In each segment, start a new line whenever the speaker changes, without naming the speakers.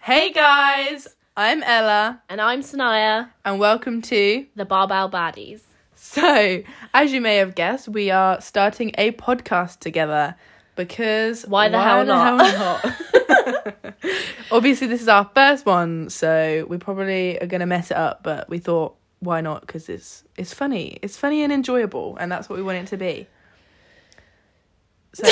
Hey guys, I'm Ella,
And I'm Sanaya,
and welcome to.
the Barbell Baddies.
So, as you may have guessed, we are starting a podcast together because
Why the hell not?
hell not? Obviously, this is our first one, so we probably are going to mess it up, but we thought why not? Because it's it's funny, it's funny and enjoyable, and that's what we want it to be. So,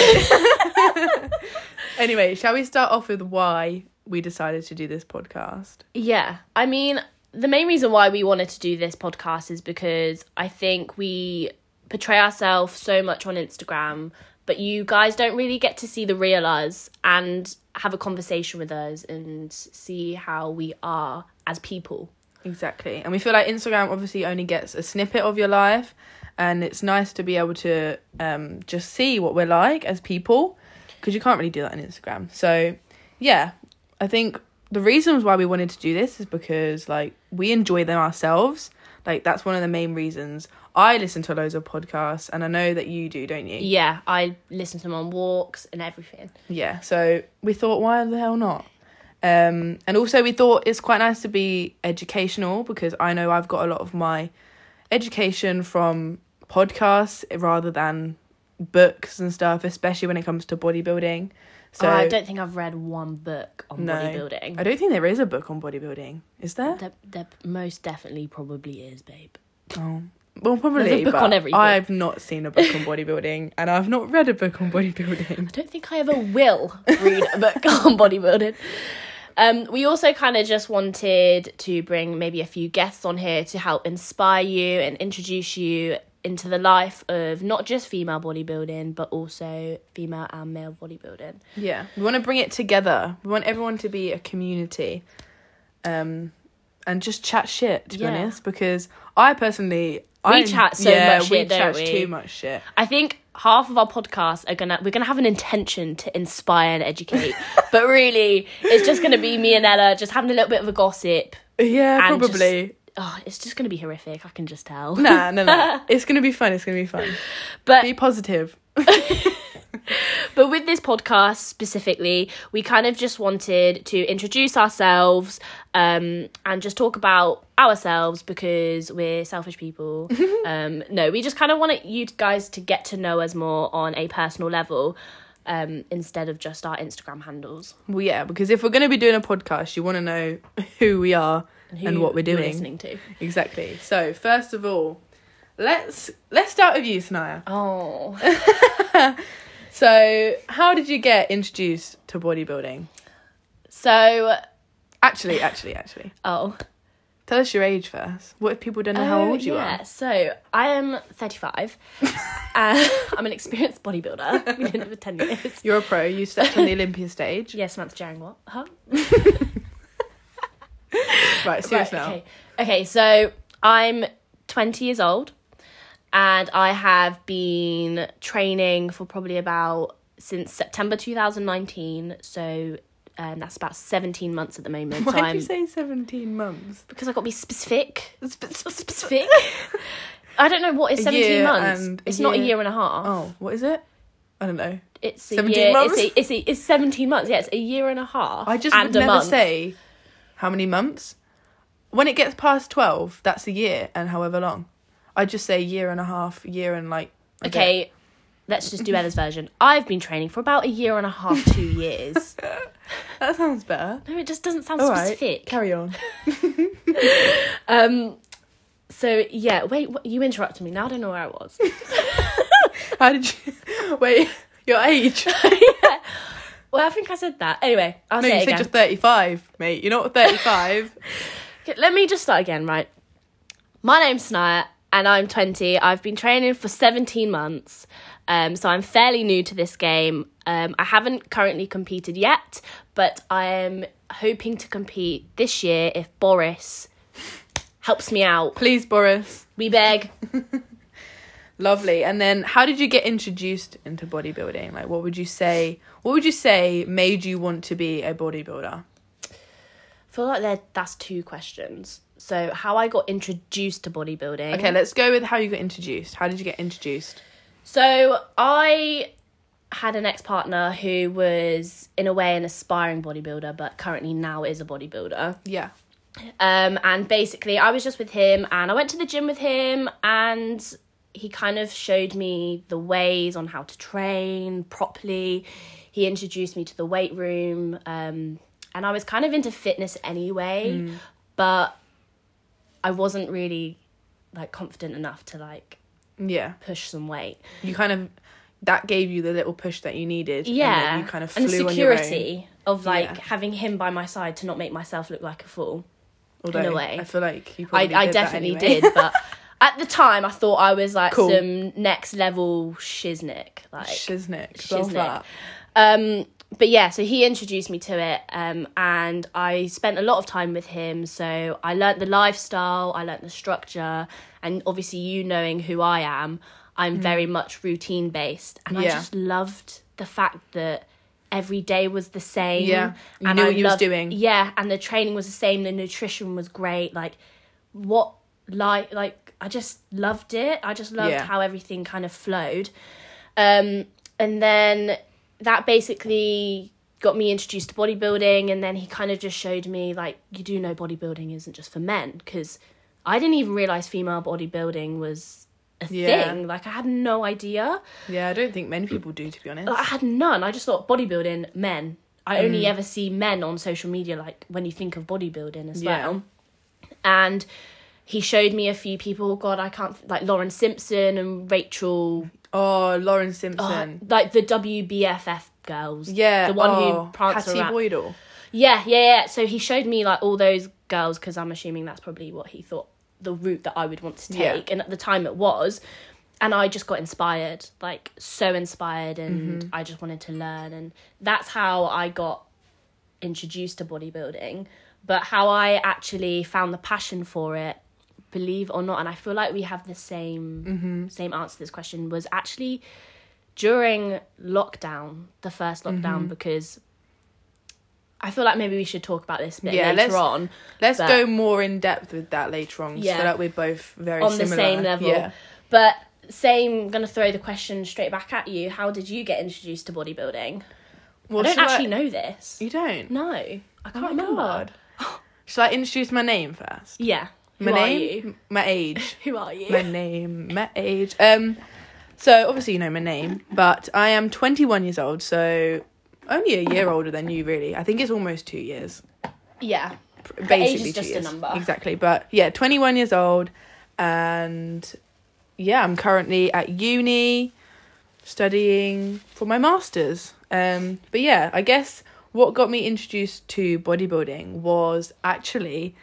anyway, shall we start off with why we decided to do this podcast?
Yeah, I mean, the main reason why we wanted to do this podcast is because I think we portray ourselves so much on Instagram, but you guys don't really get to see the real us and have a conversation with us and see how we are as people.
Exactly. And we feel like Instagram obviously only gets a snippet of your life, and it's nice to be able to um, just see what we're like as people because you can't really do that on Instagram. So, yeah, I think the reasons why we wanted to do this is because like we enjoy them ourselves. Like that's one of the main reasons. I listen to loads of podcasts, and I know that you do, don't you?
Yeah, I listen to them on walks and everything.
Yeah, so we thought, why the hell not? Um, and also, we thought it's quite nice to be educational because I know I've got a lot of my education from podcasts rather than books and stuff, especially when it comes to bodybuilding. So
I don't think I've read one book on
No.
bodybuilding.
I don't think there is a book on bodybuilding, is there?
There, there most definitely probably is, babe.
Oh. Well, probably.
There's a book
but
on everything.
I've not seen a book on bodybuilding, and I've not read a book on bodybuilding.
I don't think I ever will read a book on bodybuilding. Um, we also kind of just wanted to bring maybe a few guests on here to help inspire you and introduce you into the life of not just female bodybuilding, but also female and male bodybuilding.
Yeah, we want to bring it together. We want everyone to be a community, um, and just chat shit. To
Yeah.
be honest, because I personally, I
chat so
yeah,
much
we
shit, don't
chat
we?
too much shit.
I think half of our podcasts are gonna we're gonna have an intention to inspire and educate, but really it's just gonna be me and Ella just having a little bit of a gossip.
Yeah,
And just-
probably.
Oh, it's just gonna be horrific. I can just tell.
Nah, no, no. it's gonna be fun. It's gonna be fun.
But
Be positive.
But with this podcast specifically, we kind of just wanted to introduce ourselves um, and just talk about ourselves because we're selfish people. um, no, we just kind of wanted you guys to get to know us more on a personal level um, instead of just our Instagram handles
Well, yeah, because if we're gonna be doing a podcast, you want to know who we are and,
who
what we're doing.
listening to.
Exactly. So first of all, let's let's start with you, Sanaya.
Oh,
So how did you get introduced to bodybuilding?
so
Actually, actually, actually.
oh,
Tell us your age first. What if people don't know how
Oh,
old you
yeah. So I am thirty-five. uh, I'm an experienced bodybuilder. Been in it for ten years.
are? You're a pro. You stepped on the Olympia stage.
Yeah, Samantha Jang, what? Huh?
Right, serious
Right,
now.
Okay. okay, so I'm 20 years old and I have been training for probably about since September 2019. So um, that's about 17 months at the moment.
Why
so
did
I'm,
you say 17 months?
because i got to be specific.
Sp- sp- sp-
Specific? I don't know what is 17
year and
months.
a
It's not a
year.
year and a half.
Oh, what is it? I don't know.
It's a
17
year.
months?
It's, a, it's, a, it's 17 months. Yeah, it's a year and a half.
I just
and
would
a
never
month.
say how many months. When it gets past 12, that's a year and however long. I just say year and a half, year and like. a bit.
Okay, let's just do Ella's version. I've been training for about a year and a half, two years.
That sounds better.
No, it just doesn't sound
All right.
specific.
Carry on.
Um, so yeah, wait, what, you interrupted me. Now I don't know where I was.
How did you. Wait, your age?
well, I think I said that. Anyway, I'll
no,
say
you
it
said
again.
you're 35, mate. You're not 35.
Okay, Let me just start again, right? My name's Snaya and I'm 20. I've been training for 17 months, um, so I'm fairly new to this game. Um, I haven't currently competed yet, but I am hoping to compete this year if Boris helps me out.
Please, Boris.
We beg.
Lovely. And then how did you get introduced into bodybuilding? Like what would you say what would you say made you want to be a bodybuilder?
feel like there that's two questions. So how I got introduced to bodybuilding.
Okay, let's go with how you got introduced. How did you get introduced?
So I had an ex partner who was, in a way, an aspiring bodybuilder, but currently now is a bodybuilder.
Yeah.
Um, and basically, I was just with him and I went to the gym with him, and he kind of showed me the ways on how to train properly. He introduced me to the weight room, um, and I was kind of into fitness anyway,
Mm.
but I wasn't really like confident enough to like
Yeah.
push some weight.
You kind of that gave you the little push that you needed. and then
Yeah,
you kind of flew
and the
on your own.
security of like
Yeah.
having him by my side to not make myself look like a fool.
Although
a way.
I feel like you
I,
probably
I
did that
definitely
anyway.
did, but at the time I thought I was like
Cool.
some next level shiznick. Like
Shiznick. Love
Shiznick.
that.
um but yeah, so he introduced me to it, um, and I spent a lot of time with him. So I learnt the lifestyle, I learnt the structure, and obviously, you knowing who I am, I'm very much routine based, and I
Mm. Yeah.
just loved the fact that every day was the same.
Yeah. You knew what you was doing.
Yeah, and the training was the same. The nutrition was great. Like what like like I just loved it. I just loved
Yeah.
how everything kind of flowed. Um and then that basically got me introduced to bodybuilding and then he kind of just showed me like you do know bodybuilding isn't just for men cuz I didn't even realize female bodybuilding was a
Yeah.
thing. Like I had no idea.
Yeah, I don't think many people do to be honest.
Like, I had none. I just thought bodybuilding men. I only
Mm.
ever see men on social media, like when you think of bodybuilding as
Yeah.
well. And he showed me a few people. God, I can't like Lauren Simpson and Rachel,
Oh, Lauren
oh,
Simpson.
like the WBFF girls.
yeah.
the one
oh,
who pranced
Hattie
around.
Boydell.
Yeah, yeah, yeah. So he showed me like all those girls because I'm assuming that's probably what he thought the route that I would want to
Yeah.
take, and at the time it was. And I just got inspired, like so inspired, and
Mm-hmm.
I just wanted to learn, and that's how I got introduced to bodybuilding. But how I actually found the passion for it, believe or not, and I feel like we have the same
Mm-hmm.
same answer to this question was actually during lockdown, the first lockdown,
Mm-hmm.
because I feel like maybe we should talk about this a bit
Yeah,
later
let's-
on
Let's
But-
go more in depth with that later on. 'cause I
Yeah.
feel like we're both very
on the
similar.
same level.
Yeah.
But same, gonna throw the question straight back at you. How did you get introduced to bodybuilding?
Well,
I don't
shall
actually know this.
You don't.
No, I can't
Oh my
remember.
god. Shall I introduce my name first?
Yeah.
My
Who
name,
Are you?
m- my age,
Who are you?
my name, my age. Um, so obviously you know my name, but I am 21 years old, so only a year older than you, really. I think it's almost two years.
yeah.
pr-
But age
Basically,
is
two
just a
years.
number.
Exactly, but yeah, 21 years old, and yeah, I'm currently at uni studying for my masters. Um, but yeah, I guess what got me introduced to bodybuilding was actually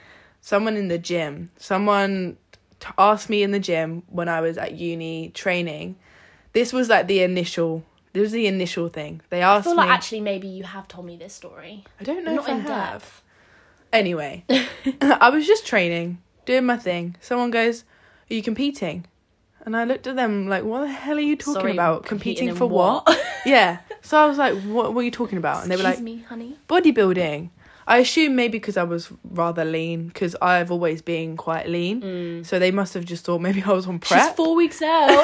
someone in the gym. Someone t- asked me in the gym when I was at uni training. This was like the initial. This was the initial thing. They
I
asked
feel like
me.
actually maybe you have told me this story.
I don't know
Not
if I
in
have.
depth.
Anyway, I was just training, doing my thing. Someone goes, "Are you competing?" And I looked at them like, "What the hell are you talking
Sorry,
about?
competing
Competing,
in
for what?" yeah. So I was like, "What were you talking about?" And they were like,
Excuse me, honey.
"Bodybuilding." I assume maybe because I was rather lean, because I've always been quite lean. So they must have just thought maybe I was on prep.
Mm. She's four weeks out.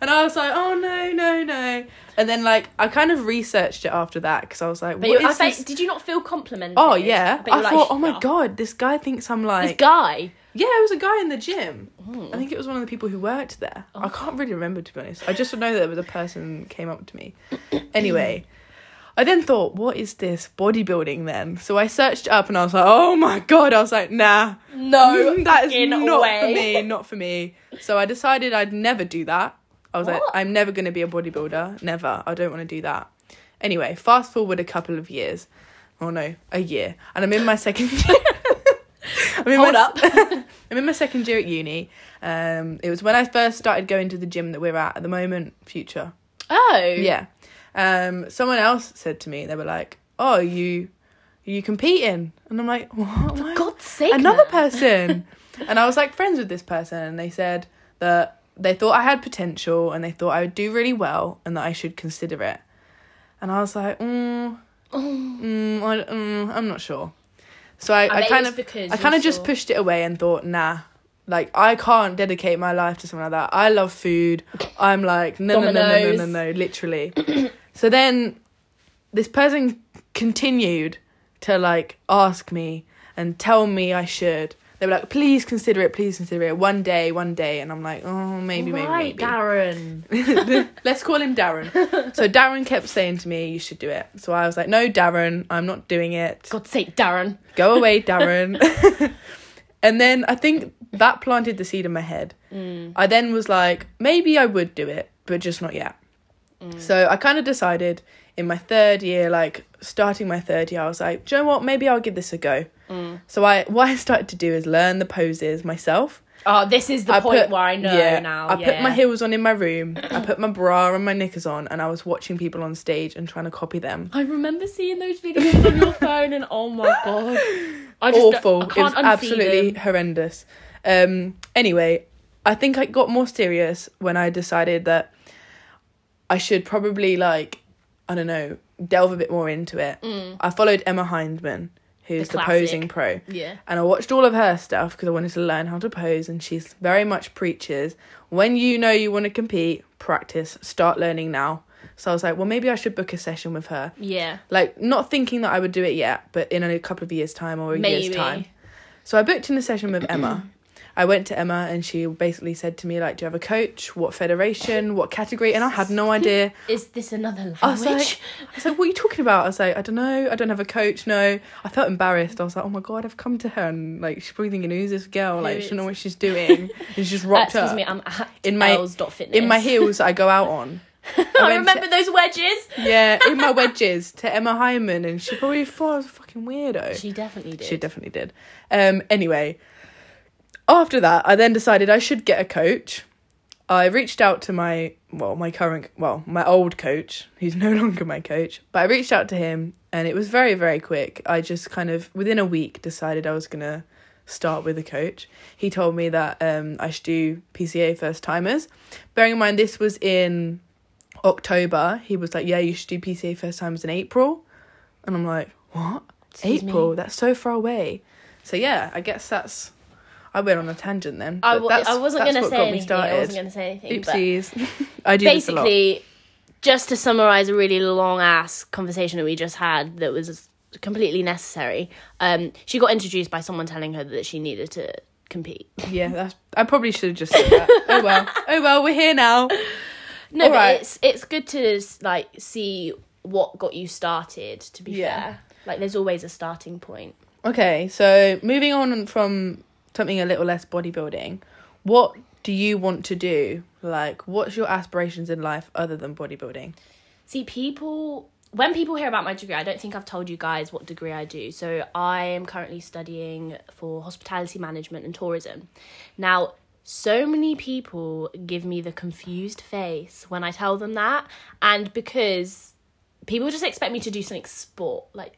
and I was like, "Oh no, no, no!" And then like I kind of researched it after that because I was like,
But
"What
you- I
is
bet,
this?"
did you not feel complimented?
Oh yeah,
bet you
I
were like,
thought, oh my
"Oh,
god, this guy thinks I'm
This
like
guy.
Yeah, it was a guy in the gym.
Oh.
I think it was one of the people who worked there. I can't really remember to be honest. I just know that there was a person came up to me. anyway, I then thought, what is this bodybuilding then? So I searched it up and I was like, oh my god. I was like, nah,
No,
that is
fucking
not for
way.
me, not for me. So I decided I'd never do that. I was like,
What?
I'm never going to be a bodybuilder. Never. I don't want to do that. Anyway, fast forward a couple of years. Oh no, a year, and I'm in my second. I'm in
Hold
my,
up.
I'm in my second year at uni. Um, it was when I first started going to the gym that we're at at the moment, Future.
Oh.
Yeah. Um, someone else said to me, they were like, "Oh, are you, are you competing?" And I'm like, "What? Why-
God's sake.
Another
man.
person." and I was like friends with this person, and they said that they thought I had potential and they thought I would do really well and that I should consider it. And I was like, mm,
Oh.
mm, I, mm, I'm not sure. So I,
I
I,
bet it
kind
was
of,
because
I
you
kind of just
saw-
pushed it away and thought, nah, Like I can't dedicate my life to someone like that. I love food. I'm like no no no no no no,
Dominoes.
no literally. so then this person continued to like ask me and tell me I should. They were like, please consider it, please consider it. One day, one day, and I'm like, oh maybe, maybe,
right,
maybe.
Darren.
Let's call him Darren. so Darren kept saying to me, "You should do it." So I was like, "No, Darren, I'm not doing it.
God's sake, Darren.
Go away, Darren." and then I think that planted the seed in my head.
Mm.
I then was like, maybe I would do it, but just not yet.
Mm.
So I kind of decided in my third year, like starting my third year, I was like, do you know what? Maybe I'll give this a go.
Mm.
So I what I started to do is learn the poses myself.
Oh, this is the
I
point
put-
where I know
yeah,
now.
I put
yeah.
my heels on in my room. I put my bra and my knickers on, and I was watching people on stage and trying to copy them.
I remember seeing those videos on your phone, and oh my god, I just
Awful.
I
It was
can't unsee
absolutely
them.
horrendous. Um. Anyway, I think I got more serious when I decided that I should probably like, I don't know, delve a bit more into it. I followed Emma Hindman, who's
Mm. The
the,
classic.
posing pro.
Yeah.
and I watched all of her stuff because I wanted to learn how to pose. And she's very much preaches when you know you want to compete, practice, start learning now. So I was like, well, maybe I should book a session with her.
Yeah.
Like, not thinking that I would do it yet, but in a couple of years' time or a
Maybe.
year's time. So I booked in a session with Emma. I went to Emma and she basically said to me, like, do you have a coach? What federation? What category? And I had no idea.
Is this another
I was
language? Uh,
like, I was like, what are you talking about? I was like, I don't know. I don't have a coach. No, I felt embarrassed. I was like, oh my god, I've come to her and like she's probably thinking, who's this girl? Like she don't know what she's doing. And she's just
Uh,
rocked
excuse
up
me, I'm at
In my-
L's.fitness.
in my heels that I go out on.
I
went to-
remember those wedges.
yeah, in my wedges to Emma Hyman, and she probably thought I was a fucking weirdo.
She definitely did.
She definitely did. Um, anyway, after that, I then decided I should get a coach. I reached out to my well, my current well, my old coach, who's no longer my coach, but I reached out to him, and it was very very quick. I just kind of within a week decided I was gonna start with a coach. He told me that um, I should do PCA first timers. Bearing in mind this was in October, he was like, "Yeah, you should do PCA first timers in April," and I'm like, "What?
Excuse me?
April? That's so far away." So yeah, I guess that's. I went on a tangent then.
I,
but
w-
that's-
I wasn't
that's
going to
what
say
got me
anything. I wasn't going to say anything. but-
Oopsies. I do this a lot.
basically just to summarize a really long ass conversation that we just had that was completely necessary um she got introduced by someone telling her that she needed to compete
Yeah, that's, I probably should have just said that. oh well. Oh well, we're here now.
no
All
but
right.
it's it's good to like see what got you started to be
Yeah.
fair like there's always a starting point
Okay, so moving on from something a little less bodybuilding, what do you want to do? Like, what's your aspirations in life other than bodybuilding?
See, people, when people hear about my degree, I don't think I've told you guys what degree I do. So I am currently studying for hospitality management and tourism. Now, so many people give me the confused face when I tell them that, and because people just expect me to do something sport, like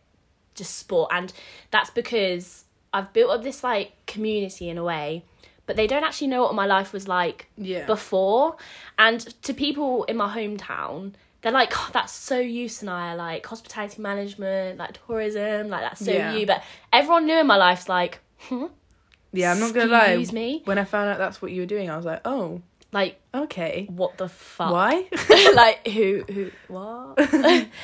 just sport, and that's because I've built up this like community in a way, but they don't actually know what my life was like
Yeah.
before. And to people in my hometown, they're like, oh, that's so you, Sanaya, like hospitality management, like tourism, like that's so
Yeah.
you. But everyone new in my life's like, hmm?
Yeah, I'm not gonna lie.
Excuse me?
When I found out that's what you were doing, I was like, oh,
like,
okay.
what the fuck?
Why?
like who who what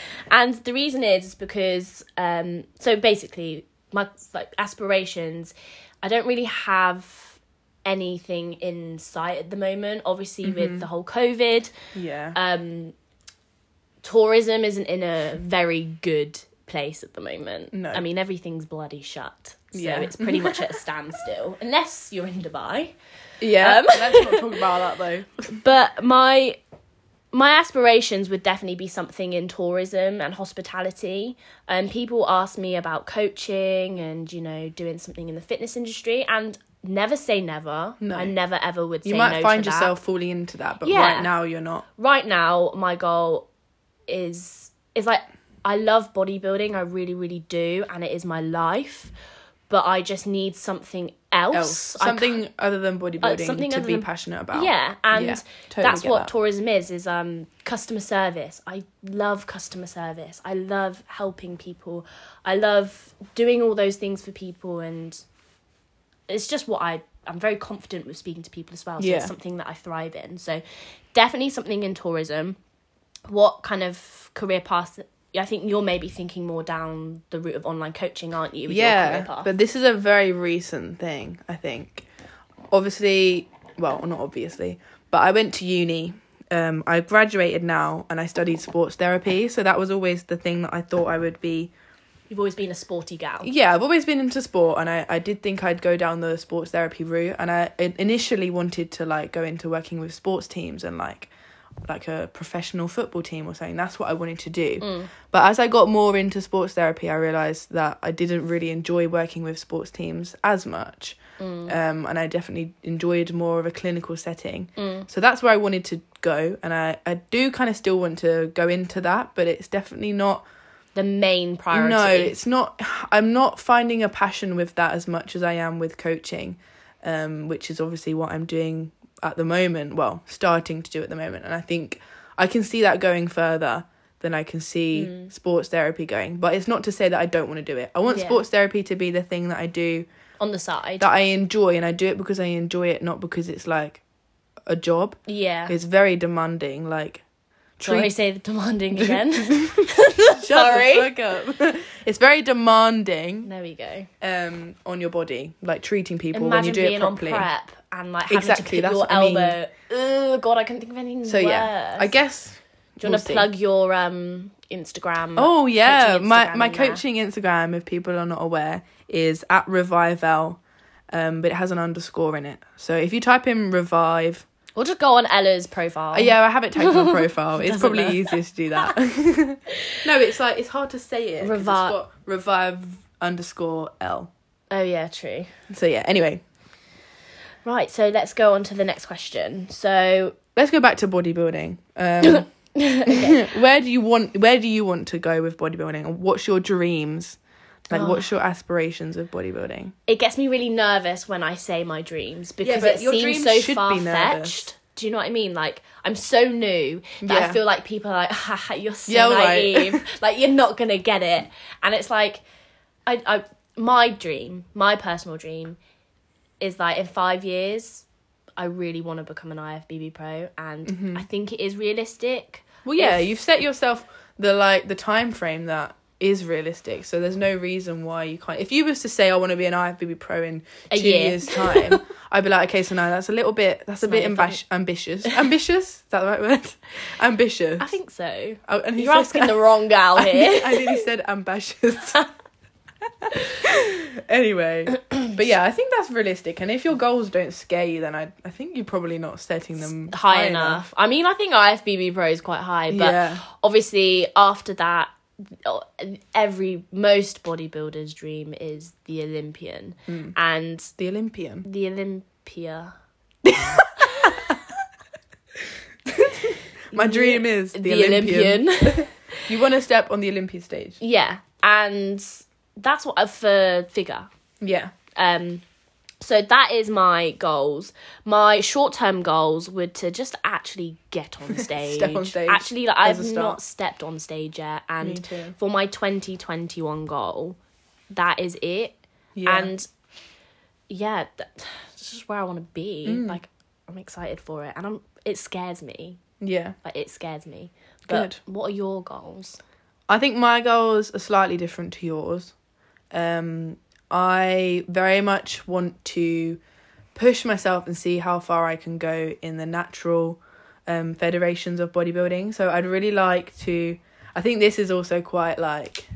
and the reason is, is because um so basically my like aspirations i don't really have anything in sight at the moment obviously
Mm-hmm.
with the whole covid
yeah.
um tourism isn't in a very good place at the moment
No.
i mean everything's bloody shut so
Yeah.
it's pretty much at a standstill unless you're in dubai
yeah.
um,
Let's not talk about that though.
but my my aspirations would definitely be something in tourism and hospitality. Um, people ask me about coaching and you know doing something in the fitness industry, and never say never.
No.
I never ever would.
You
say
might
no
find
to that.
yourself falling into that, but
Yeah.
right now you're not.
right now. My goal is is like I love bodybuilding. I really really do, and it is my life. But I just need something else.
Else.
I can't-
Something other than bodybuilding
something
to
other
be
than-
passionate about.
Yeah, and
Yeah, totally
that's
get
what
that.
tourism is is um customer service. I love customer service. I love helping people. I love doing all those things for people and it's just what I I'm very confident with speaking to people as well. So
Yeah.
it's something that I thrive in. So definitely something in tourism. What kind of career path? I think you're maybe thinking more down the route of online coaching, aren't you? with your career
yeah,
path?
but this is a very recent thing, I think. Obviously, well, not obviously, but I went to uni. Um, I graduated now and I studied sports therapy, so that was always the thing that I thought I would be.
You've always been a sporty gal.
Yeah, I've always been into sport, and I, I did think I'd go down the sports therapy route, and I in- initially wanted to like go into working with sports teams and like like a professional football team or something. That's what I wanted to do. But as I got more into sports therapy, I realized that I didn't really enjoy working with sports teams as much. Um, and I definitely enjoyed more of a clinical setting. So that's where I wanted to go. And I, I do kind of still want to go into that, but it's definitely not
The main priority.
no, it's not. I'm not finding a passion with that as much as I am with coaching, um, which is obviously what I'm doing at the moment. Well, starting to do at the moment, and I think I can see that going further than I can see sports therapy going. But it's not to say that I don't want to do it. I want
Hmm. Yeah.
sports therapy to be the thing that I do
on the side.
that I enjoy, and I do it because I enjoy it, not because it's like a job.
yeah.
It's very demanding. Like,
Sorry,
treat-
say the demanding again.
Shut the
Sorry.
fuck up. it's very demanding.
there we go.
um on your body, like treating people when you
Imagine
do
being
it
on
properly.
prep and like having
Exactly,
to
that's
put your
what I mean.
elbow. Oh God, I couldn't think of anything
so yeah,
worse.
I guess.
Do you want
we'll
to
see.
plug your um Instagram?
Oh yeah,
coaching
my
Instagram
my
in there?
coaching Instagram, if people are not aware, is at revivel, um, but it has an underscore in it. So if you type in revive,
Or just go on Ella's profile.
oh, yeah, I have it tagged on my profile. It's
Doesn't
probably
matter.
easier to do that. no, it's like it's hard to say it. 'cause it's
Revi-
got revive underscore l.
Oh yeah, true.
So yeah, anyway,
Right, so let's go on to the next question. So
let's go back to bodybuilding. Um, Where do you want? Where do you want to go with bodybuilding? And what's your dreams? Like, what's
Oh.
your aspirations with bodybuilding?
it gets me really nervous when I say my dreams because
but
it
your
seems
dreams
so
should be
far
nervous.
fetched. Do you know what I mean? Like I'm so new that I
Yeah.
feel like people are like, Haha, "You're so
Yeah, right.
naive. like you're not gonna get it." And it's like, I, I, my dream, my personal dream, is like in five years, I really want to become an IFBB pro, and
Mm-hmm.
I think it is realistic.
Well, yeah, you've set yourself the like the time frame that is realistic. So there's no reason why you can't. If you was to say I want to be an IFBB pro in
A
two
year.
years time, I'd be like, okay, so now that's a little bit. That's a
It's
bit
not your
ambas- ambitious. ambitious. Is that the right word? ambitious.
I think so.
Oh, and he
You're
said-
asking the wrong gal
I
here.
nearly- I nearly said ambitious. anyway, but yeah, I think that's realistic. And if your goals don't scare you, then I I think you're probably not setting them
high enough. I mean, I think IFBB Pro is quite high, but
Yeah.
obviously after that, every most bodybuilder's dream is the Olympian,
Hmm.
and
The Olympian.
the Olympia.
My dream is the, Olympian. You want to step on the Olympia stage.
yeah, and that's what uh, for figure.
Yeah.
Um, so that is my goals. My short term goals were to just actually get on stage.
Step on stage
Actually, like,
as
I've
a start.
not stepped on stage yet,
Me
and
too.
for my twenty twenty one goal, that is it.
Yeah.
And yeah, that, this is where I want to be.
Mm.
Like, I'm excited for it, and I'm. It scares me.
yeah.
Like, it scares me. But what are your goals?
I think my goals are slightly different to yours. Um, I very much want to push myself and see how far I can go in the natural um, federations of bodybuilding. So I'd really like to. I think this is also quite like.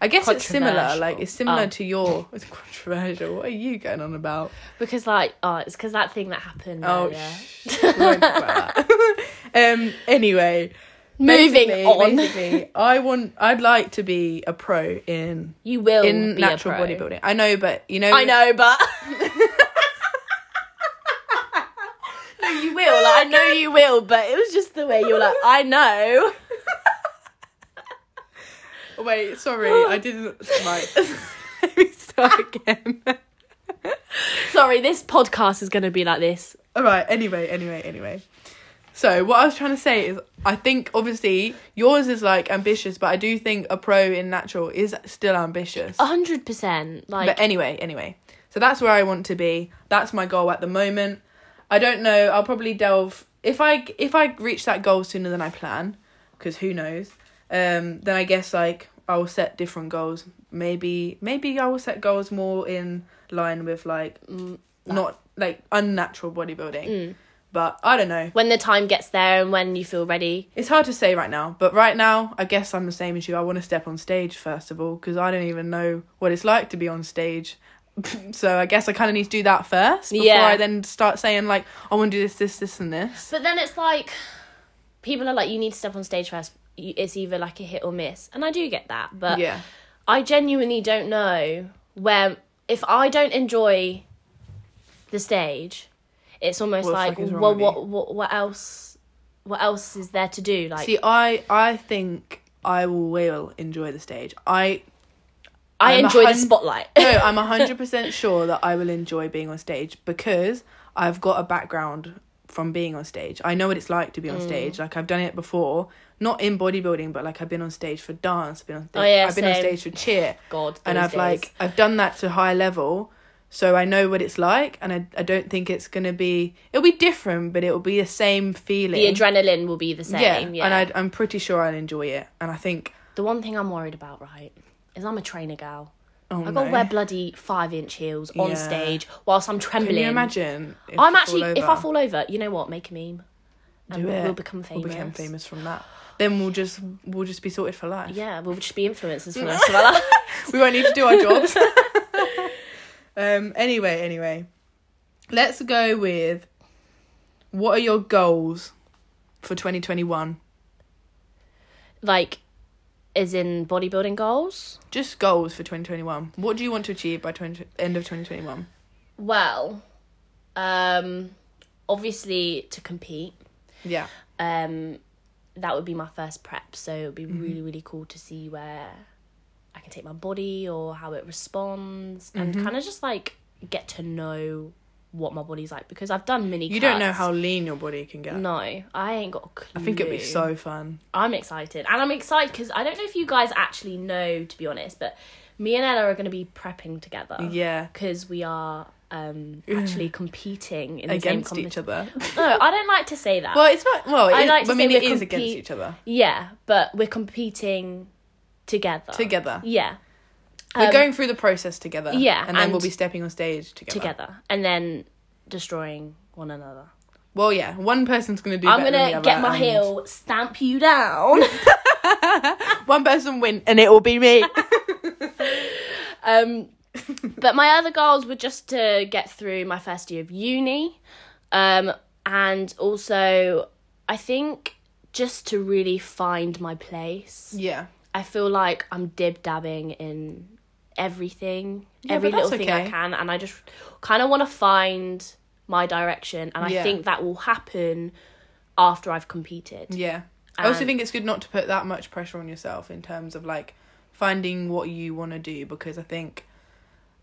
I guess it's similar. Like it's similar
Controversial. Oh.
to your. It's controversial. What are you going on about?
Because like, oh, it's because that thing that happened.
Oh,
earlier.
shh. We won't talk about that. um. Anyway,
moving
basically-
on.
Basically, I want. I'd like to be a pro in
You will
in
Oh, be
natural
a pro.
bodybuilding. I know, but you know,
I know, but no, you will. Like, I know you will, but it was just the way you were like, I know.
Wait, sorry, I didn't. Like, let me start again.
Sorry, this podcast is going to be like this.
All right. Anyway, anyway, anyway. So what I was trying to say is, I think obviously yours is like ambitious, but I do think a pro in natural is still ambitious.
hundred percent. Like,
but anyway, anyway. So So that's where I want to be. That's my goal at the moment. I don't know. I'll probably delve if I if I reach that goal sooner than I plan, because who knows? Um, then I guess like I will set different goals. Maybe maybe I will set goals more in line with like
Mm,
not like unnatural bodybuilding.
mm.
But I don't know.
When the time gets there and when you feel ready.
It's hard to say right now, but right now, I guess I'm the same as you. I want to step on stage first of all because I don't even know what it's like to be on stage. so I guess I kind of need to do that first before
Yeah.
I then start saying like I want to do this, this, this, and this.
But then it's like, people are like, you need to step on stage first. You- It's either like a hit or miss. And I do get that. But
yeah,
I genuinely don't know where if I don't enjoy the stage, it's almost
What the
like
fuck is wrong
well,
with you?
what what what else what else is there to do? Like
see, I I think I will enjoy the stage. I
I
I'm a
enjoy the
hun-
spotlight.
no, I'm hundred percent sure that I will enjoy being on stage because I've got a background from being on stage. I know what it's like to be on
Mm.
stage. Like I've done it before, not in bodybuilding, but like I've been on stage for dance, been on stage,
Oh, yeah,
I've been on
same.
stage for cheer,
God,
and
those
I've like
days.
I've done that to high level. So I know what it's like, and I, I don't think it's gonna be. It'll be different, but it'll be the same feeling.
the adrenaline will be the same. Yeah,
and I, I'm pretty sure I'll enjoy it. And I think,
the one thing I'm worried about, right, is I'm a trainer gal.
oh
I
no,
gotta wear bloody five inch heels on
Yeah.
stage whilst I'm trembling.
can you imagine? if
I'm
you fall
actually if I
over?
fall over, you know what? Make a meme. And
Do it.
We'll become famous.
We'll become famous from that. Then we'll just we'll just be sorted for life.
Yeah, we'll just be influencers for the rest of our life.
We won't need to do our jobs. um. Anyway, anyway, let's go with what are your goals for 2021?
like is in bodybuilding goals
Just goals for 2021. What do you want to achieve by 20, end of 2021?
well um obviously to compete
Yeah.
um that would be my first prep so it would be
Mm-hmm.
really really cool to see where i can take my body or how it responds
Mm-hmm.
and kind of just like get to know what my body's like because i've done mini
You don't know
cuts.
how lean your body can get.
no i ain't got a clue
I think it'd be so fun.
I'm excited, and I'm excited because I don't know if you guys actually know, to be honest, but me and Ella are going to be prepping together.
Yeah.
because we are um, actually competing in the
Against
same
each
competition.
other.
No, I don't like to say that.
Well, it's not. Well,
I
I,
like to
I mean,
say
it
we
is against
compete-
each other.
yeah, but we're competing together.
Together.
Yeah,
We're
Um,
going through the process together.
yeah,
And then
and-
we'll be stepping on stage together.
together, and then destroying one another.
Well, yeah, one person's gonna do.
I'm
better than the
gonna get
other,
my
and
heel, stamp you down.
One person win, and it will be me.
Um, but my other goals were just to get through my first year of uni, um, and also I think just to really find my place.
yeah,
I feel like I'm dib dabbing in everything,
Yeah,
every
but that's
little thing I
okay.
can, and I just kind of want to find my direction, and I
Yeah.
think that will happen after I've competed.
yeah. I also
Um,
think it's good not to put that much pressure on yourself in terms of like finding what you want to do because I think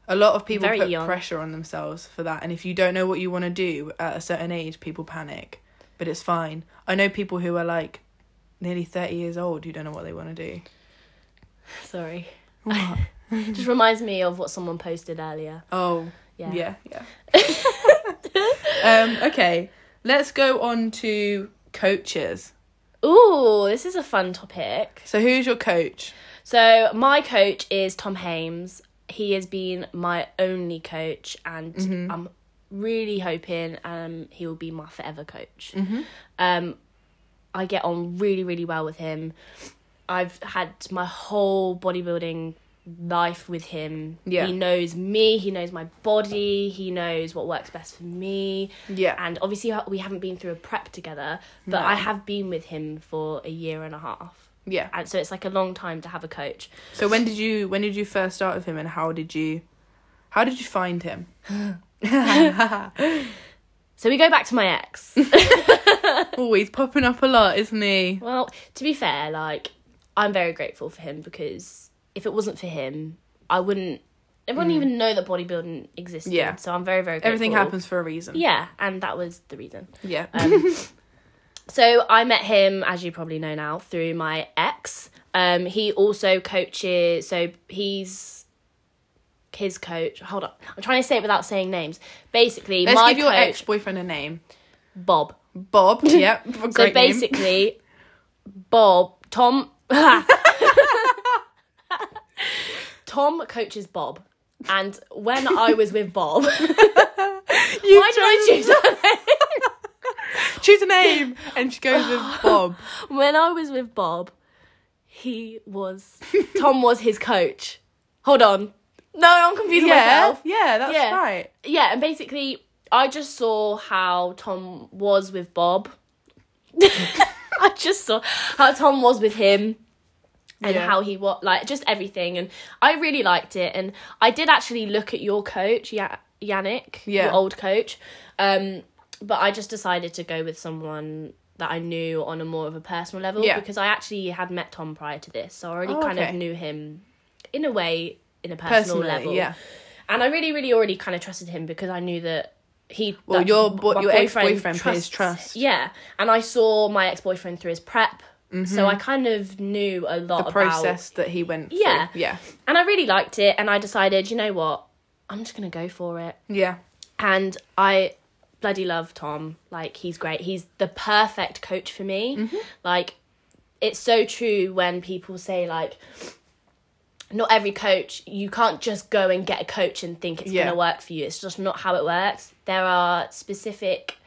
a lot of people
Very
put
young.
pressure on themselves for that, and if you don't know what you want to do at a certain age, people panic. But it's fine. I know people who are like nearly thirty years old who don't know what they want to do.
Sorry, just reminds me of what someone posted earlier.
Oh,
Yeah.
yeah, yeah. um, okay, let's go on to coaches.
Ooh, this is a fun topic.
So who's your coach?
So my coach is Tom Hames. He has been my only coach, and
Mm-hmm.
I'm really hoping um he will be my forever coach.
Mm-hmm.
Um, I get on really really well with him. I've had my whole bodybuilding life with him.
Yeah.
He knows me. He knows my body. He knows what works best for me.
Yeah.
And obviously ha- we haven't been through a prep together, but
No.
I have been with him for a year and a half
Yeah.
and so it's like a long time to have a coach.
So when did you when did you first start with him and how did you how did you find him?
So we go back to my ex.
Oh, he's popping up a lot, isn't he?
well, to be fair, like I'm very grateful for him because if it wasn't for him, I wouldn't. I wouldn't even know that bodybuilding existed.
Mm. Yeah.
So I'm very very grateful.
Everything happens for a reason.
Yeah, Um, and that was the reason.
Yeah.
So I met him, as you probably know now, through my ex. Um, he also coaches. So he's his coach. Hold up, I'm trying to say it without saying names. Basically,
Let's
my
give your
coach,
ex boyfriend a name.
Bob.
Bob. Yep. a
So
great name.
basically, Bob, Tom, Tom coaches Bob, and when I was with Bob, why did
You've
I
chosen-
choose that?
choose a name, and she goes with Bob.
When I was with Bob, he was Tom was his coach. Hold on, no, I'm confusing
Yeah,
myself.
yeah, that's
Yeah.
right.
Yeah, and basically, I just saw how Tom was with Bob. I just saw how Tom was with him and
Yeah.
how he was like just everything, and I really liked it. And I did actually look at your coach, ya- Yannick,
Yeah.
your old coach, um, but I just decided to go with someone that I knew on a more of a personal level
Yeah.
because I actually had met Tom prior to this, so I already
Oh,
kind
okay.
of knew him in a way in a personal
Personally,
level
yeah.
and I really, really already kind of trusted him because I knew that he
Well,
that
your bo-
my
your ex-boyfriend
trusts-
pays trust.
Yeah, and I saw my ex boyfriend through his prep, so I kind of knew a lot
Mm-hmm. The
about
process that he went through.
Yeah.
Yeah.
and I really liked it. And I decided, you know what, I'm just gonna go for it.
Yeah.
And I bloody love Tom. Like he's great. He's the perfect coach for me.
Mm-hmm.
Like it's so true when people say like not every coach you can't just go and get a coach and think it's
Yeah.
going to work for you it's just not how it works there are specific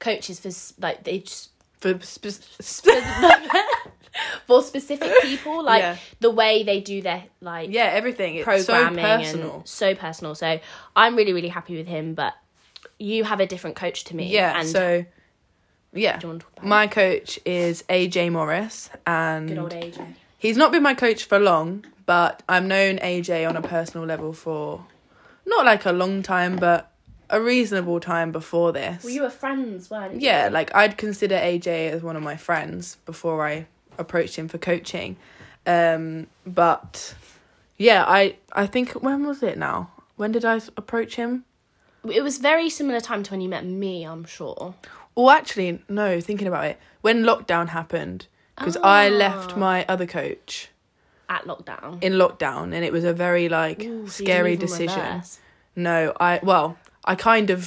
coaches for s- like they just
For sp- sp-
for specific people like
Yeah.
the way they do their like
yeah, everything. It's so
programming
personal.
and so personal so i'm really really happy with him but you have a different coach to me
yeah.
and
so. Yeah.
do you want to talk about
My coach is AJ Morris, and
good old aj
he's not been my coach for long, but I've known AJ on a personal level for not like a long time, but a reasonable time before this.
well you were friends weren't you
yeah, like I'd consider AJ as one of my friends before I approached him for coaching. Um, but yeah, I I think when was it now? When did I s- approach him?
it was very similar time to when you met me i'm sure
Well, actually, no. Thinking about it, when lockdown happened, because
Ah.
I left my other coach
at lockdown
in lockdown, and it was a very like
Ooh, so you
scary
leave on
decision.
reverse.
No, I well, I kind of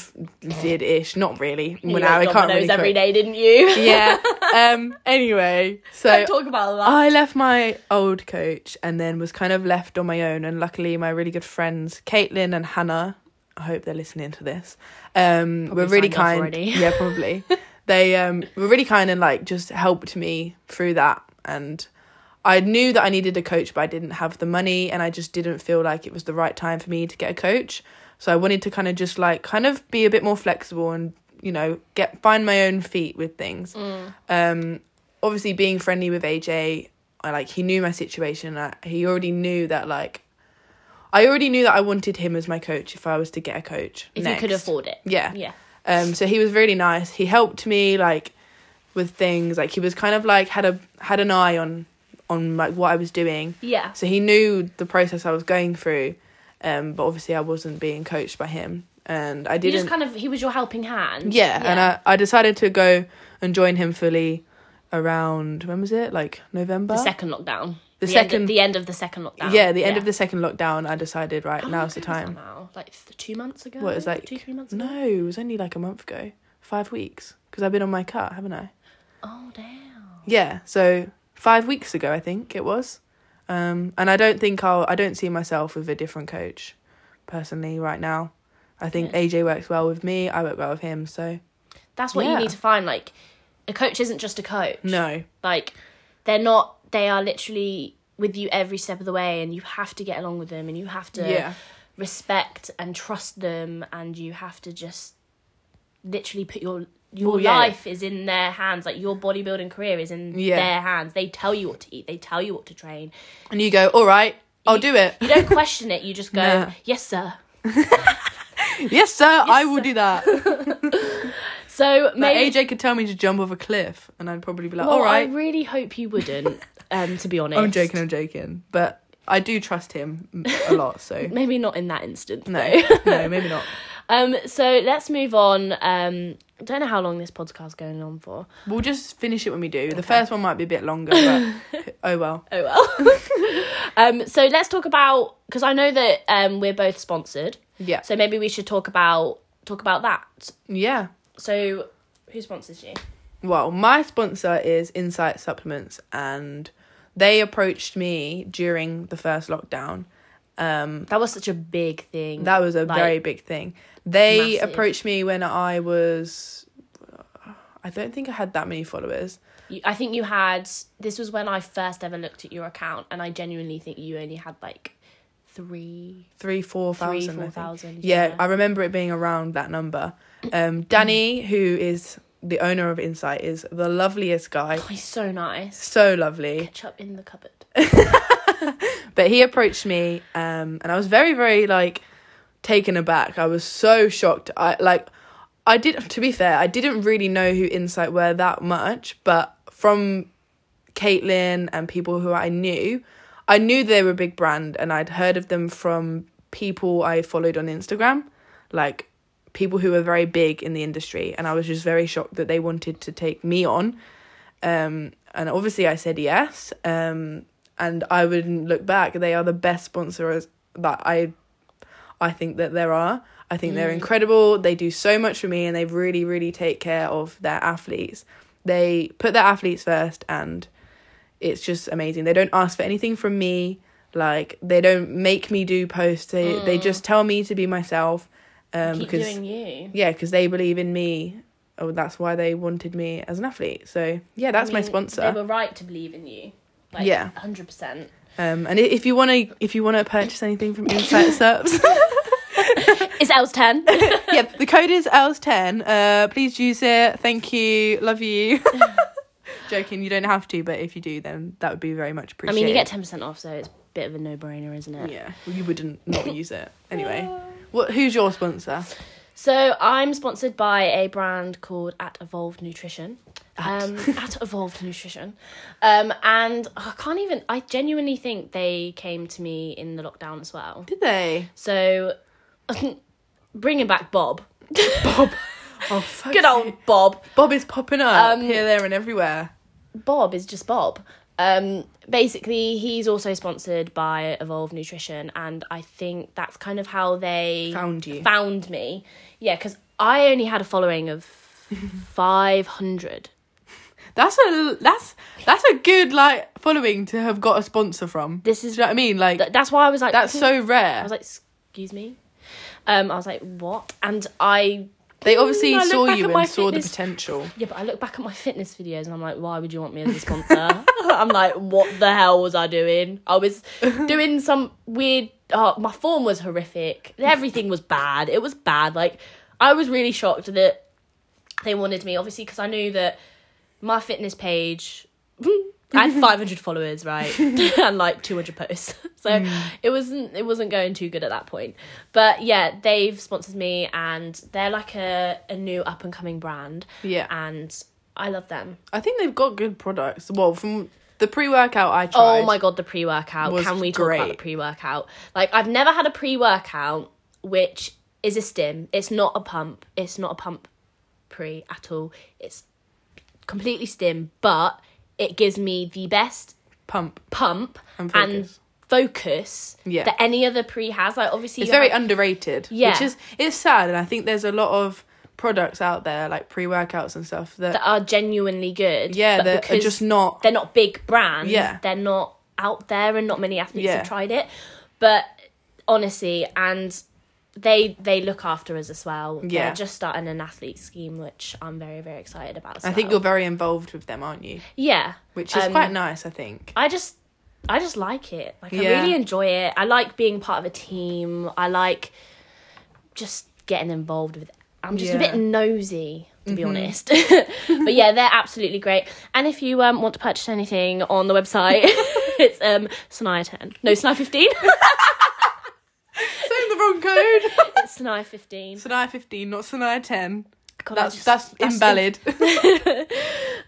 did ish, not really.
You
Well, now I
ate
can't really
Domino's every
cope.
day, didn't you?
Yeah. um. Anyway, so
Don't talk about that.
I left my old coach and then was kind of left on my own. And luckily, my really good friends, Caitlin and Hannah, I hope they're listening to this, um, were really
signed off
kind.
already.
Yeah, probably. they um, were really kind and like just helped me through that. And I knew that I needed a coach, but I didn't have the money and I just didn't feel like it was the right time for me to get a coach. So I wanted to kind of just like kind of be a bit more flexible and you know get find my own feet with things. Um, obviously being friendly with AJ, I like he knew my situation. I, he already knew that like I already knew that I wanted him as my coach if I was to get a coach.
if
next.
you could afford it.
Yeah.
Yeah.
Um, so he was really nice. He helped me like with things. Like he was kind of like had a had an eye on on like what I was doing.
Yeah.
So he knew the process I was going through. Um, but obviously I wasn't being coached by him, and I
You
didn't.
just kind of he was your helping hand.
Yeah, and I, I decided to go and join him fully around when was it? Like November.
the second lockdown.
The
end of-
second-
the end of the second lockdown. Oh
yeah, the end of the second lockdown. I decided right
How long
now's the
ago was that
time.
Now, like th- two months ago.
What, it was like-
two three months ago.
No, it was only like a month ago, five weeks, because I've been on my cut, haven't I?
Oh damn.
Yeah, so five weeks ago I think it was, um, and I don't think I'll. I don't see myself with a different coach, personally, right now. I think
Yeah.
AJ works well with me. I work well with him. So
That's what
Yeah.
you need to find. Like, a coach isn't just a coach.
no,
Like, they're not. They are literally with you every step of the way, and you have to get along with them, and you have to
yeah,
respect and trust them and you have to just literally put your your
Well, yeah.
life is in their hands like your bodybuilding career is in
Yeah.
their hands they tell you what to eat they tell you what to train
and you go all right. I'll do it.
you don't question it you just go
Nah.
yes sir
Yes, sir. I will do that.
so
Like,
maybe
AJ could tell me to jump off a cliff, and I'd probably be like,
Well,
"All right."
i really hope you wouldn't um to be honest
I'm joking. I'm joking. But I do trust him a lot. So
maybe not in that instance
no, no, maybe not.
um so let's move on um don't know how long this podcast's going on for
We'll just finish it when we do. The first one might be a bit longer, but oh well.
Oh well. um, so let's talk about because I know that um, we're both sponsored.
Yeah.
So maybe we should talk about talk about that.
Yeah.
So who sponsors you?
Well, my sponsor is Insight Supplements, and they approached me during the first lockdown. Um,
That was such a big thing.
that was a
Like-
very big thing. They
Massive.
approached me when I was. I don't think I had that many followers.
You- I think you had this was when I first ever looked at your account, and I genuinely think you only had like three,
Three, four
three,
thousand. I
four
think.
thousand.
Yeah, I remember it being around that number. Um, Danny, who is the owner of Insight, is the loveliest guy.
Oh, he's so nice.
So lovely.
Ketchup in the cupboard.
Um, But he approached me, um, and I was very, very like taken aback. I was so shocked. I like, I did. To be fair, I didn't really know who Insight were that much, but from Caitlin and people who I knew, I knew they were a big brand, and I'd heard of them from people I followed on Instagram, like people who were very big in the industry, and I was just very shocked that they wanted to take me on. Um, and obviously, I said yes. Um, and I wouldn't look back. They are the best sponsors that I I think that there are. I think
Mm.
they're incredible. They do so much for me and they really, really take care of their athletes. They put their athletes first and it's just amazing. They don't ask for anything from me. Like they don't make me do posts. They they just tell me to be myself. Um
Mm. Keep
because
doing you.
yeah, because they believe in me. Oh, that's why they wanted me as an athlete. So yeah, that's
I
my
mean,
sponsor.
They were right to believe in you. Like,
Yeah.
hundred percent.
Um, and i- if you wanna if you wanna purchase anything from Insight Subs,
It's L's ten.
yeah, the code is ELS10. Uh, please use it. Thank you. Love you. Joking, you don't have to, but if you do, then that would be very much
I
appreciated.
mean, you get ten percent off, so it's a bit of a no-brainer, isn't it?
yeah, well, you wouldn't not use it anyway. What? Who's your sponsor?
So I'm sponsored by a brand called At Evolved Nutrition.
At.
Um, at Evolved Nutrition, um, and I can't even. I genuinely think they came to me in the lockdown as well.
Did they?
So bringing back Bob,
Oh, fuck.
good old Bob.
Bob is popping up
Um,
here, there, and everywhere.
Bob is just Bob. Um, basically, he's also sponsored by Evolve Nutrition, and I think that's kind of how they
Found you.
Found me, yeah, because I only had a following of five hundred.
That's a that's that's a good like following to have got a sponsor from.
This
Do you
is
know what I mean? Like
th- that's why I was like,
that's so rare.
I was like, excuse me. Um, I was like, what? And I
They obviously
I look
saw
back
you
at my
and saw the
fitness-
potential.
yeah, but I look back at my fitness videos and I'm like, why would you want me as a sponsor? I'm like, what the hell was I doing? I was doing some weird. Oh, my form was horrific. Everything was bad. It was bad. Like, I was really shocked that they wanted me. Obviously, because I knew that my fitness page. I had 500 followers, right, and like 200 posts. So it wasn't it wasn't going too good at that point. But yeah, they've sponsored me, and they're like a, a new up and coming brand
Yeah.
and I love them.
I think they've got good products. Well, from the pre workout I tried.
Oh my god, the pre workout.
Was
Can we talk about
great.
the pre workout? Like I've never had a pre workout which is a stim. It's not a pump. It's not a pump pre at all. It's completely stim, but it gives me the best
pump.
pump
And focus.
focus
Yeah.
that any other pre has. Like obviously
It's
you
very
have-
underrated.
Yeah.
Which is it's sad and I think there's a lot of products out there like pre workouts and stuff that,
that are genuinely good.
yeah,
but
that are
because
just not
they're not big brands.
Yeah.
They're not out there and not many athletes
Yeah.
have tried it. But honestly, and they they look after us as well.
Yeah.
They're just starting an athlete scheme which I'm very, very excited about as
I think
well.
you're very involved with them, aren't you?
Yeah.
Which is
Um,
quite nice, I think.
I just I just like it. Like I
Yeah.
really enjoy it. I like being part of a team. I like just getting involved with I'm just a
Yeah. Mm-hmm.
bit nosy to be honest. but yeah, they're absolutely great. And if you um, want to purchase anything on the website, it's um Sanaya 10. No, Sanaya 15.
Saying the wrong code.
it's Sanaya 15.
Sanaya fifteen, not Sanaya ten.
God, Oh, I
That's
just-
that's, invalid.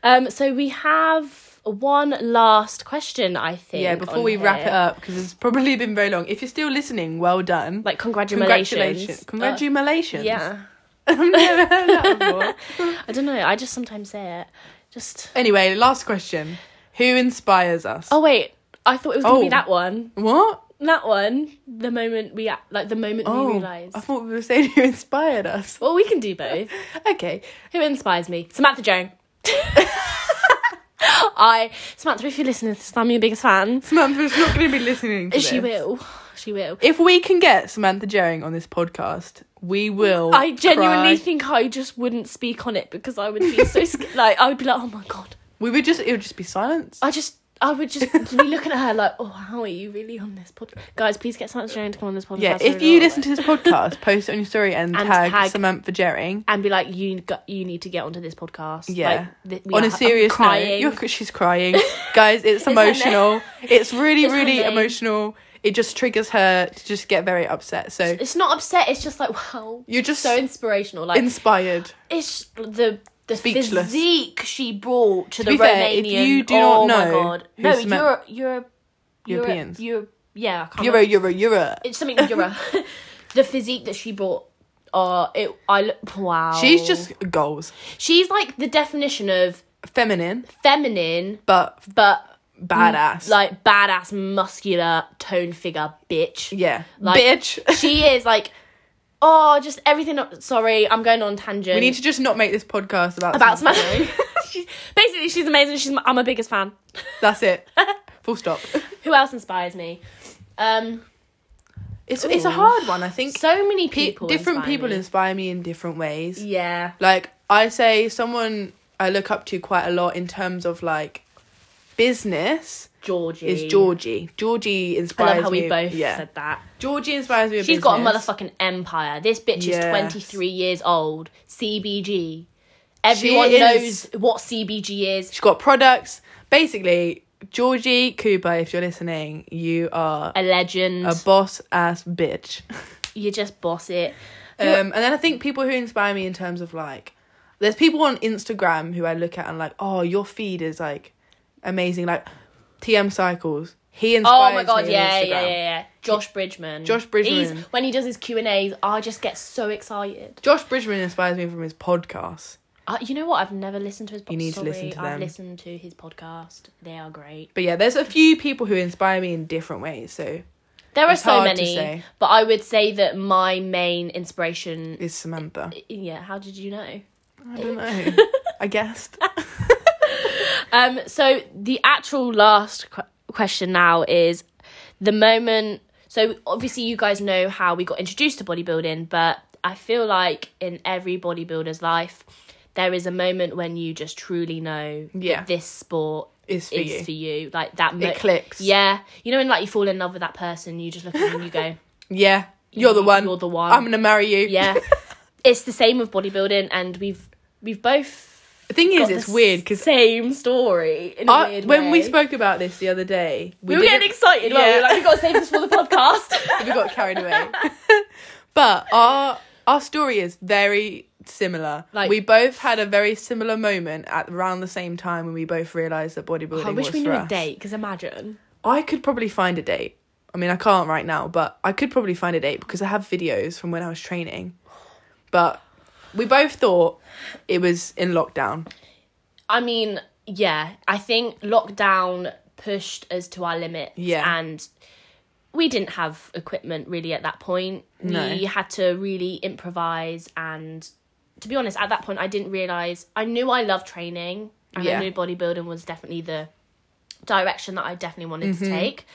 Um so we have one last question I think.
yeah, before
on
we wrap
here.
it up, because it's probably been very long. If you're still listening, well done.
Like congratulations.
Congratulations. Congratulations.
Uh, yeah.
I've never heard that before.
I don't know. I just sometimes say it. Just
Anyway, last question. Who inspires us?
Oh wait, I thought it was gonna
Oh.
be that one.
What?
that one, the moment we act, like the moment
Oh.
we realise.
I thought we were saying who inspired us.
Well, we can do both.
Okay.
Who inspires me? Samantha Joan. I Samantha, if you're listening to this, I'm your biggest fan.
Samantha's not going to be listening to
She
this.
will. She will.
If we can get Samantha Joan on this podcast, we will.
I genuinely
Oh, cry.
think I just wouldn't speak on it because I would be so scared. like I would be like, oh my god.
We would just, it would just be silence.
I just I would just be looking at her like, oh, how are you really on this podcast, guys? Please get Samantha Joan to come on this podcast.
yeah,
We're
if you
all
listen
right.
to this podcast, post it on your story and,
And
tag,
tag-
Samantha Jering.
and be like, you got, you need to get onto this podcast.
Yeah.
Like, th- we
on
are-
a
I'm
serious note,
crying.
you're, she's crying. Guys, it's
her
emotional. it's really,
It's her
really
name.
emotional. It just triggers her to just get very upset. So
It's not upset. It's just like, wow,
you're just
so inspirational. Like
inspired.
it's the the
Speechless.
physique she brought
To
to, the
be fair,
Romanian.
if you do
oh
not
my
know
god,
who
no,
Sma-
Euro, Euro, Euro-
Europeans.
Euro, yeah, I can't
Euro,
remember.
euro, euro.
Oh It's something with Euro. the physique that she brought. Uh, it. I look. Wow.
She's just goals.
She's like the definition of
Feminine,
feminine,
but
but
badass.
Mm, like badass, muscular, toned figure, bitch.
yeah.
like-
Bitch.
she is like, oh, just everything. Sorry, I'm going on tangent.
we need to just not make this podcast about
about
Samantha
Samantha.
Jering.
She- Basically, she's amazing. She's my, I'm a biggest fan.
That's it. Full stop.
Who else inspires me? Um,
It's it's
Ooh.
a hard one. I think
so many
Pe-
people.
different
inspire
people
me.
inspire me in different ways.
Yeah.
Like I say, someone I look up to quite a lot in terms of like business
Georgie.
is Georgie. Georgie
I
inspires
love how we
me-
both
yeah.
said that.
Georgie inspires me. with
She's got a
business.
motherfucking empire. This bitch is
Yes.
23 years old. CBG. Everyone
She
knows
is-
what CBG is.
She's got products. Basically, Georgie Cooper, if you're listening, you are
A legend.
a boss ass bitch.
you just boss it.
Um, and then I think people who inspire me in terms of like, there's people on Instagram who I look at and like, oh, your feed is like amazing. Like, TM Cycles. He
Oh
inspires
my god,
me
yeah,
on
yeah, yeah,
Instagram.
yeah. Josh Bridgman.
Josh Bridgman.
He's, when he does his Q and A's, I just get so excited.
Josh Bridgman inspires me from his podcast.
Uh, you know what? I've never listened to his. podcast.
You need to listen to
I've
them.
listened to his podcast. They are great.
But yeah, there's a few people who inspire me in different ways. So
There
It's
are so
hard to
many,
say.
but I would say that my main inspiration.
is Samantha.
Yeah, how did you know?
I don't know. I guessed.
Um, so the actual last qu- question now is the moment. So obviously, you guys know how we got introduced to bodybuilding, but I feel like in every bodybuilder's life, there is a moment when you just truly know
Yeah.
that this sport
Is for
is
you.
for you. Like that, mo-
It clicks.
Yeah, you know, when like you fall in love with that person, you just look at them and you go,
Yeah. You're the
You-
one.
you're the one.
I'm gonna marry you.
yeah. it's the same with bodybuilding, and we've we've both
The thing
got
is,
the
it's weird because
same story. In a weird
when we
way.
spoke about this the other day,
We, were
didn't-
getting excited, yeah. weren't we?
Yeah.
Like, we've got to save this for the podcast.
we got carried away. but our our story is very similar. Like
Like-
we both had a very similar moment at around the same time when we both realised that bodybuilding.
I wish
was
we
for
knew a
us.
date, because imagine.
I could probably find a date. I mean, I can't right now, but I could probably find a date because I have videos from when I was training. But we both thought it was in lockdown.
I mean, yeah, I think lockdown pushed us to our limits.
Yeah.
And we didn't have equipment really at that point.
No.
We had to really improvise. And to be honest, at that point, I didn't realize. I knew I loved training, and
Yeah.
I knew bodybuilding was definitely the direction that I definitely wanted
Mm-hmm.
to take.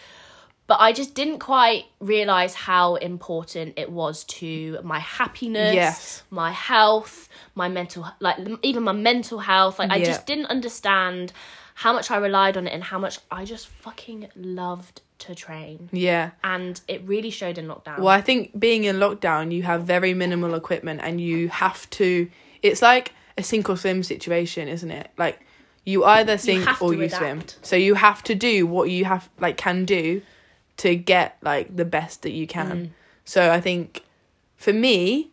But I just didn't quite realize how important it was to my happiness,
Yes.
my health, my mental, like even my mental health. Like I
Yeah.
just didn't understand how much I relied on it and how much I just fucking loved to train.
Yeah.
And it really showed in lockdown.
Well, I think being in lockdown, you have very minimal equipment and you have to. It's like a sink or swim situation, isn't it? Like you either sink
have
or
to
you swim.
adapt.
So you have to do what you have like can do to get like the best that you
Mm.
can. So I think for me,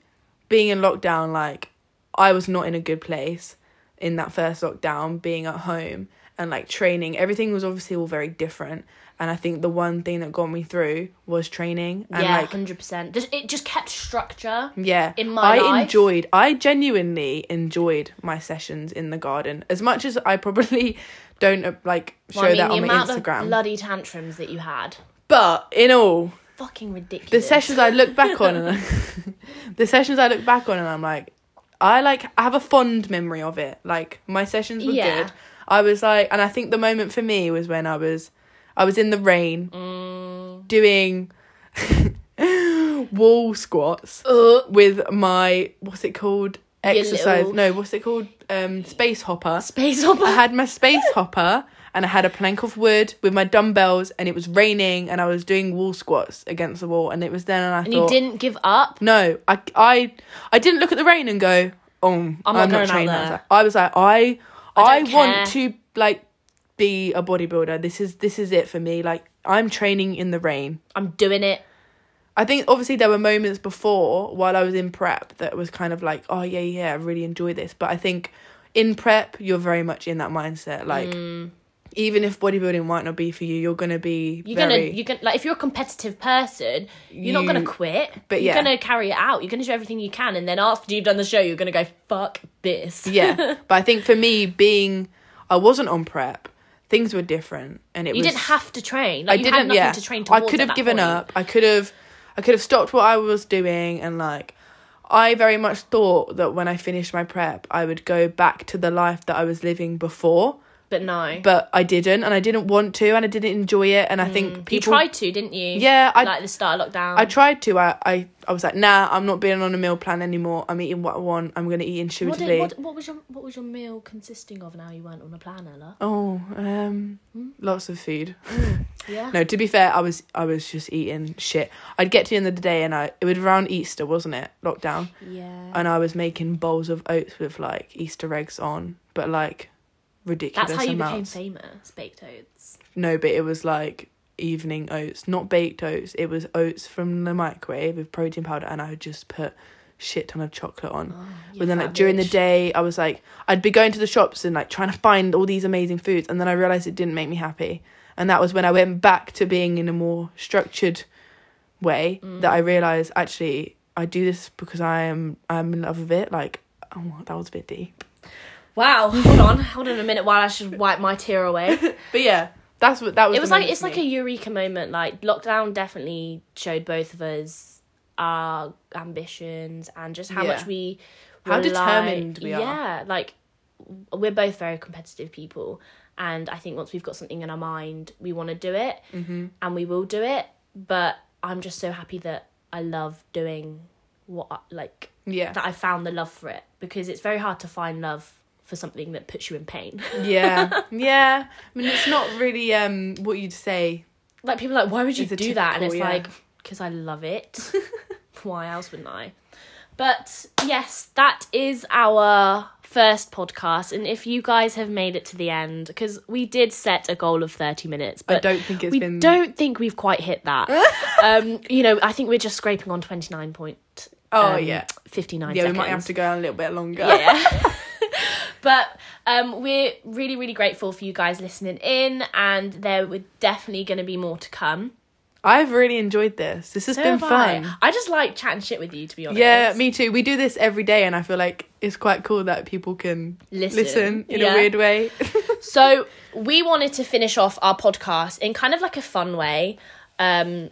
being in lockdown, like I was not in a good place in that first lockdown, being at home and like training, everything was obviously all very different. And I think the one thing that got me through was training and
yeah,
like Mm,
hundred percent. Just It just kept structure.
yeah.
in my
I
life.
enjoyed I genuinely enjoyed my sessions in the garden as much as I probably don't uh, like show
Well, I mean,
that on
the
my
amount of
Instagram.
bloody tantrums that you had.
But in all,
Fucking ridiculous.
the sessions I look back on, and the sessions I look back on, and I'm like, I like I have a fond memory of it. Like my sessions were
Yeah.
good. I was like, and I think the moment for me was when I was, I was in the rain
Mm.
doing wall squats
Uh,
with my what's it called exercise?
little-
No, what's it called? Um, space hopper.
space hopper.
I had my space hopper and I had a plank of wood with my dumbbells and it was raining and I was doing wall squats against the wall and it was then and I
and you
thought
didn't give up.
no I I I didn't look at the rain and go oh I'm,
not
not,
going out
training
there.
I was like I I,
don't
want to like be a bodybuilder this is this is it for me like I'm training in the rain
I'm doing it.
I think obviously there were moments before while I was in prep that was kind of like, oh yeah, yeah, I really enjoy this. But I think in prep you're very much in that mindset. Like
Mm.
even if bodybuilding might not be for you, you're gonna be
You're
very
gonna, you're gonna, like, if you're a competitive person, you're not
You-
gonna quit.
but
you're
yeah.
gonna carry it out. You're gonna do everything you can, and then after you've done the show, you're gonna go fuck this.
Yeah. But I think for me being I wasn't on prep, things were different and it
you
was
didn't have to train.
I
Like, you
didn't
had nothing
yeah.
to
I
train towards.
could
at
have
that
given
point.
up. I could have I could have stopped what I was doing and like I very much thought that when I finished my prep, I would go back to the life that I was living before.
but no.
but I didn't, and I didn't want to, and I didn't enjoy it. And I think people,
Mm. you tried to, didn't you?
Yeah, I-
like the start of lockdown.
I tried to. I, I, I was like, nah, I'm not being on a meal plan anymore. I'm eating what I want. I'm gonna eat
what,
intuitively.
did, what, what was your what was your meal consisting of? Now you weren't on a plan, Ella.
Oh, um,
Hmm?
lots of food.
Yeah.
No, to be fair, I was, I was just eating shit. I'd get to the end of the day, and I, it was around Easter, wasn't it? Lockdown,
Yeah.
and I was making bowls of oats with like Easter eggs on, but like ridiculous
That's how you
amounts.
became famous, baked oats.
No, but it was like evening oats, not baked oats. It was oats from the microwave with protein powder, and I would just put shit ton of chocolate on.
Oh,
but then, like during the day, I was like, I'd be going to the shops and like trying to find all these amazing foods, and then I realized it didn't make me happy. And that was when I went back to being in a more structured way
Mm.
that I realized actually I do this because I am I'm in love with it. Like, oh, that was a bit deep.
Wow, hold on, hold on a minute while I should wipe my tear away.
But yeah, that's what that was.
it was
the
like
moment
it's
for
like
me.
a eureka moment. Like lockdown definitely showed both of us our ambitions and just how
Yeah.
much we
How
rely-
determined we are.
Yeah, like we're both very competitive people, and I think once we've got something in our mind, we want to do it, mm-hmm. and we will do it. But I'm just so happy that I love doing what I, like
yeah.
that I found the love for it because it's very hard to find love for something that puts you in pain.
yeah yeah i mean it's not really um what you'd say
like people are like why would you
It's a
do that and it's
typical, yeah.
like because i love it why else wouldn't i but yes that is our first podcast and if you guys have made it to the end because we did set a goal of 30 minutes but
i don't think it's
we
been
don't think we've quite hit that um you know i think we're just scraping on 29 point
Oh, yeah.
59
yeah
um, seconds
we might have to go on a little bit longer
yeah. but um, we're really, really grateful for you guys listening in, and there were definitely going to be more to come.
i've really enjoyed this this has
So
been
have I.
fun
I just like chatting shit with you, to be honest.
yeah me too we do this every day and i feel like it's quite cool that people can
Listen.
listen, in a
Yeah.
weird way
So we wanted to finish off our podcast in kind of like a fun way. Um,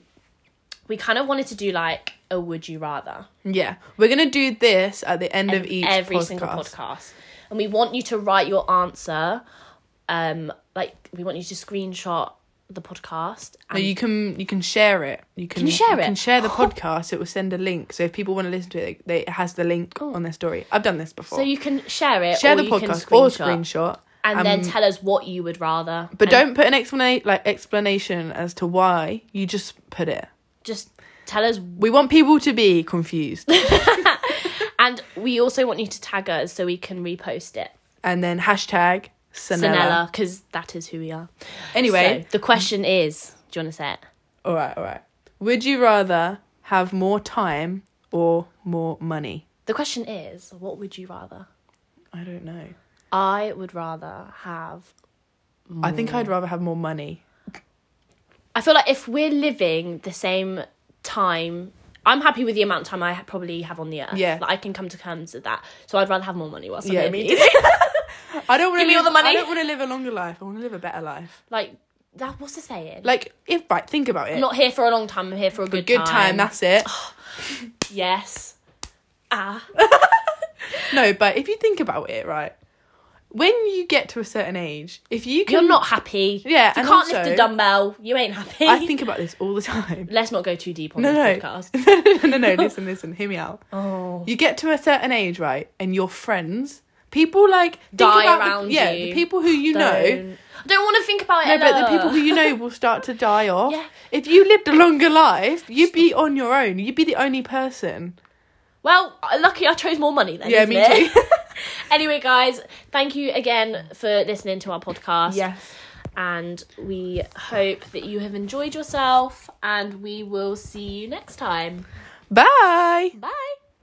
we kind of wanted to do like a would you rather
yeah we're gonna do this at the end of each
every single podcast, and we want you to write your answer. Um, like we want you to screenshot the podcast
No,
and
you can you can share it. You can,
you share
You can
it? Oh.
share the podcast. It will send a link. So if people want to listen to it, they, it has the link on their story. I've done this before.
So you can share it,
share
or
the
you can
podcast
screenshot,
or screenshot,
and
um,
then tell us what you would rather.
But
And
don't put an explanation like explanation as to why. You just put it.
just tell us.
We want people to be confused,
And we also want you to tag us so we can repost it,
and then hashtag Sanella.
Sanella, because that is who we are.
Anyway,
So the question is, do you want to say it?
all right, all right. Would you rather have more time or more money?
The question is, what would you rather?
I don't know.
I would rather have.
I think I'd rather have more money.
I feel like if we're living the same time. I'm happy with the amount of time I ha- probably have on the earth.
Yeah.
Like, I can come to terms with that. So I'd rather have more money whilst I'm
Yeah,
here,
me
please.
I don't want to
Give me all the money.
I don't want to live a longer life. I want to live a better life.
like that what's the saying?
Like, if right, think about it.
I'm not here for a long time. I'm here for a
a
good,
good time. That's it.
yes. Ah.
no, but if you think about it, right, when you get to a certain age, if you can,
You're not happy.
Yeah,
If you
and
can't lift
also-
a dumbbell. You ain't happy.
I think about this all the time.
Let's not go too deep on
No,
this
no.
podcast.
no, no, no. Listen, listen. Hear me out.
Oh.
You get to a certain age, right, and your friends, people like think
Die
about the-
around
yeah,
you.
the people who you know.
Don't- I don't want to think about
No,
it.
but the
Ella.
people who you know will start to die off.
Yeah.
If you lived a longer life, you'd be on your own. You'd be the only person.
Well, lucky I chose more money then.
yeah,
isn't
me
it?
too.
anyway, guys, thank you again for listening to our podcast.
yes.
And we hope that you have enjoyed yourself, and we will see you next time.
Bye.
Bye.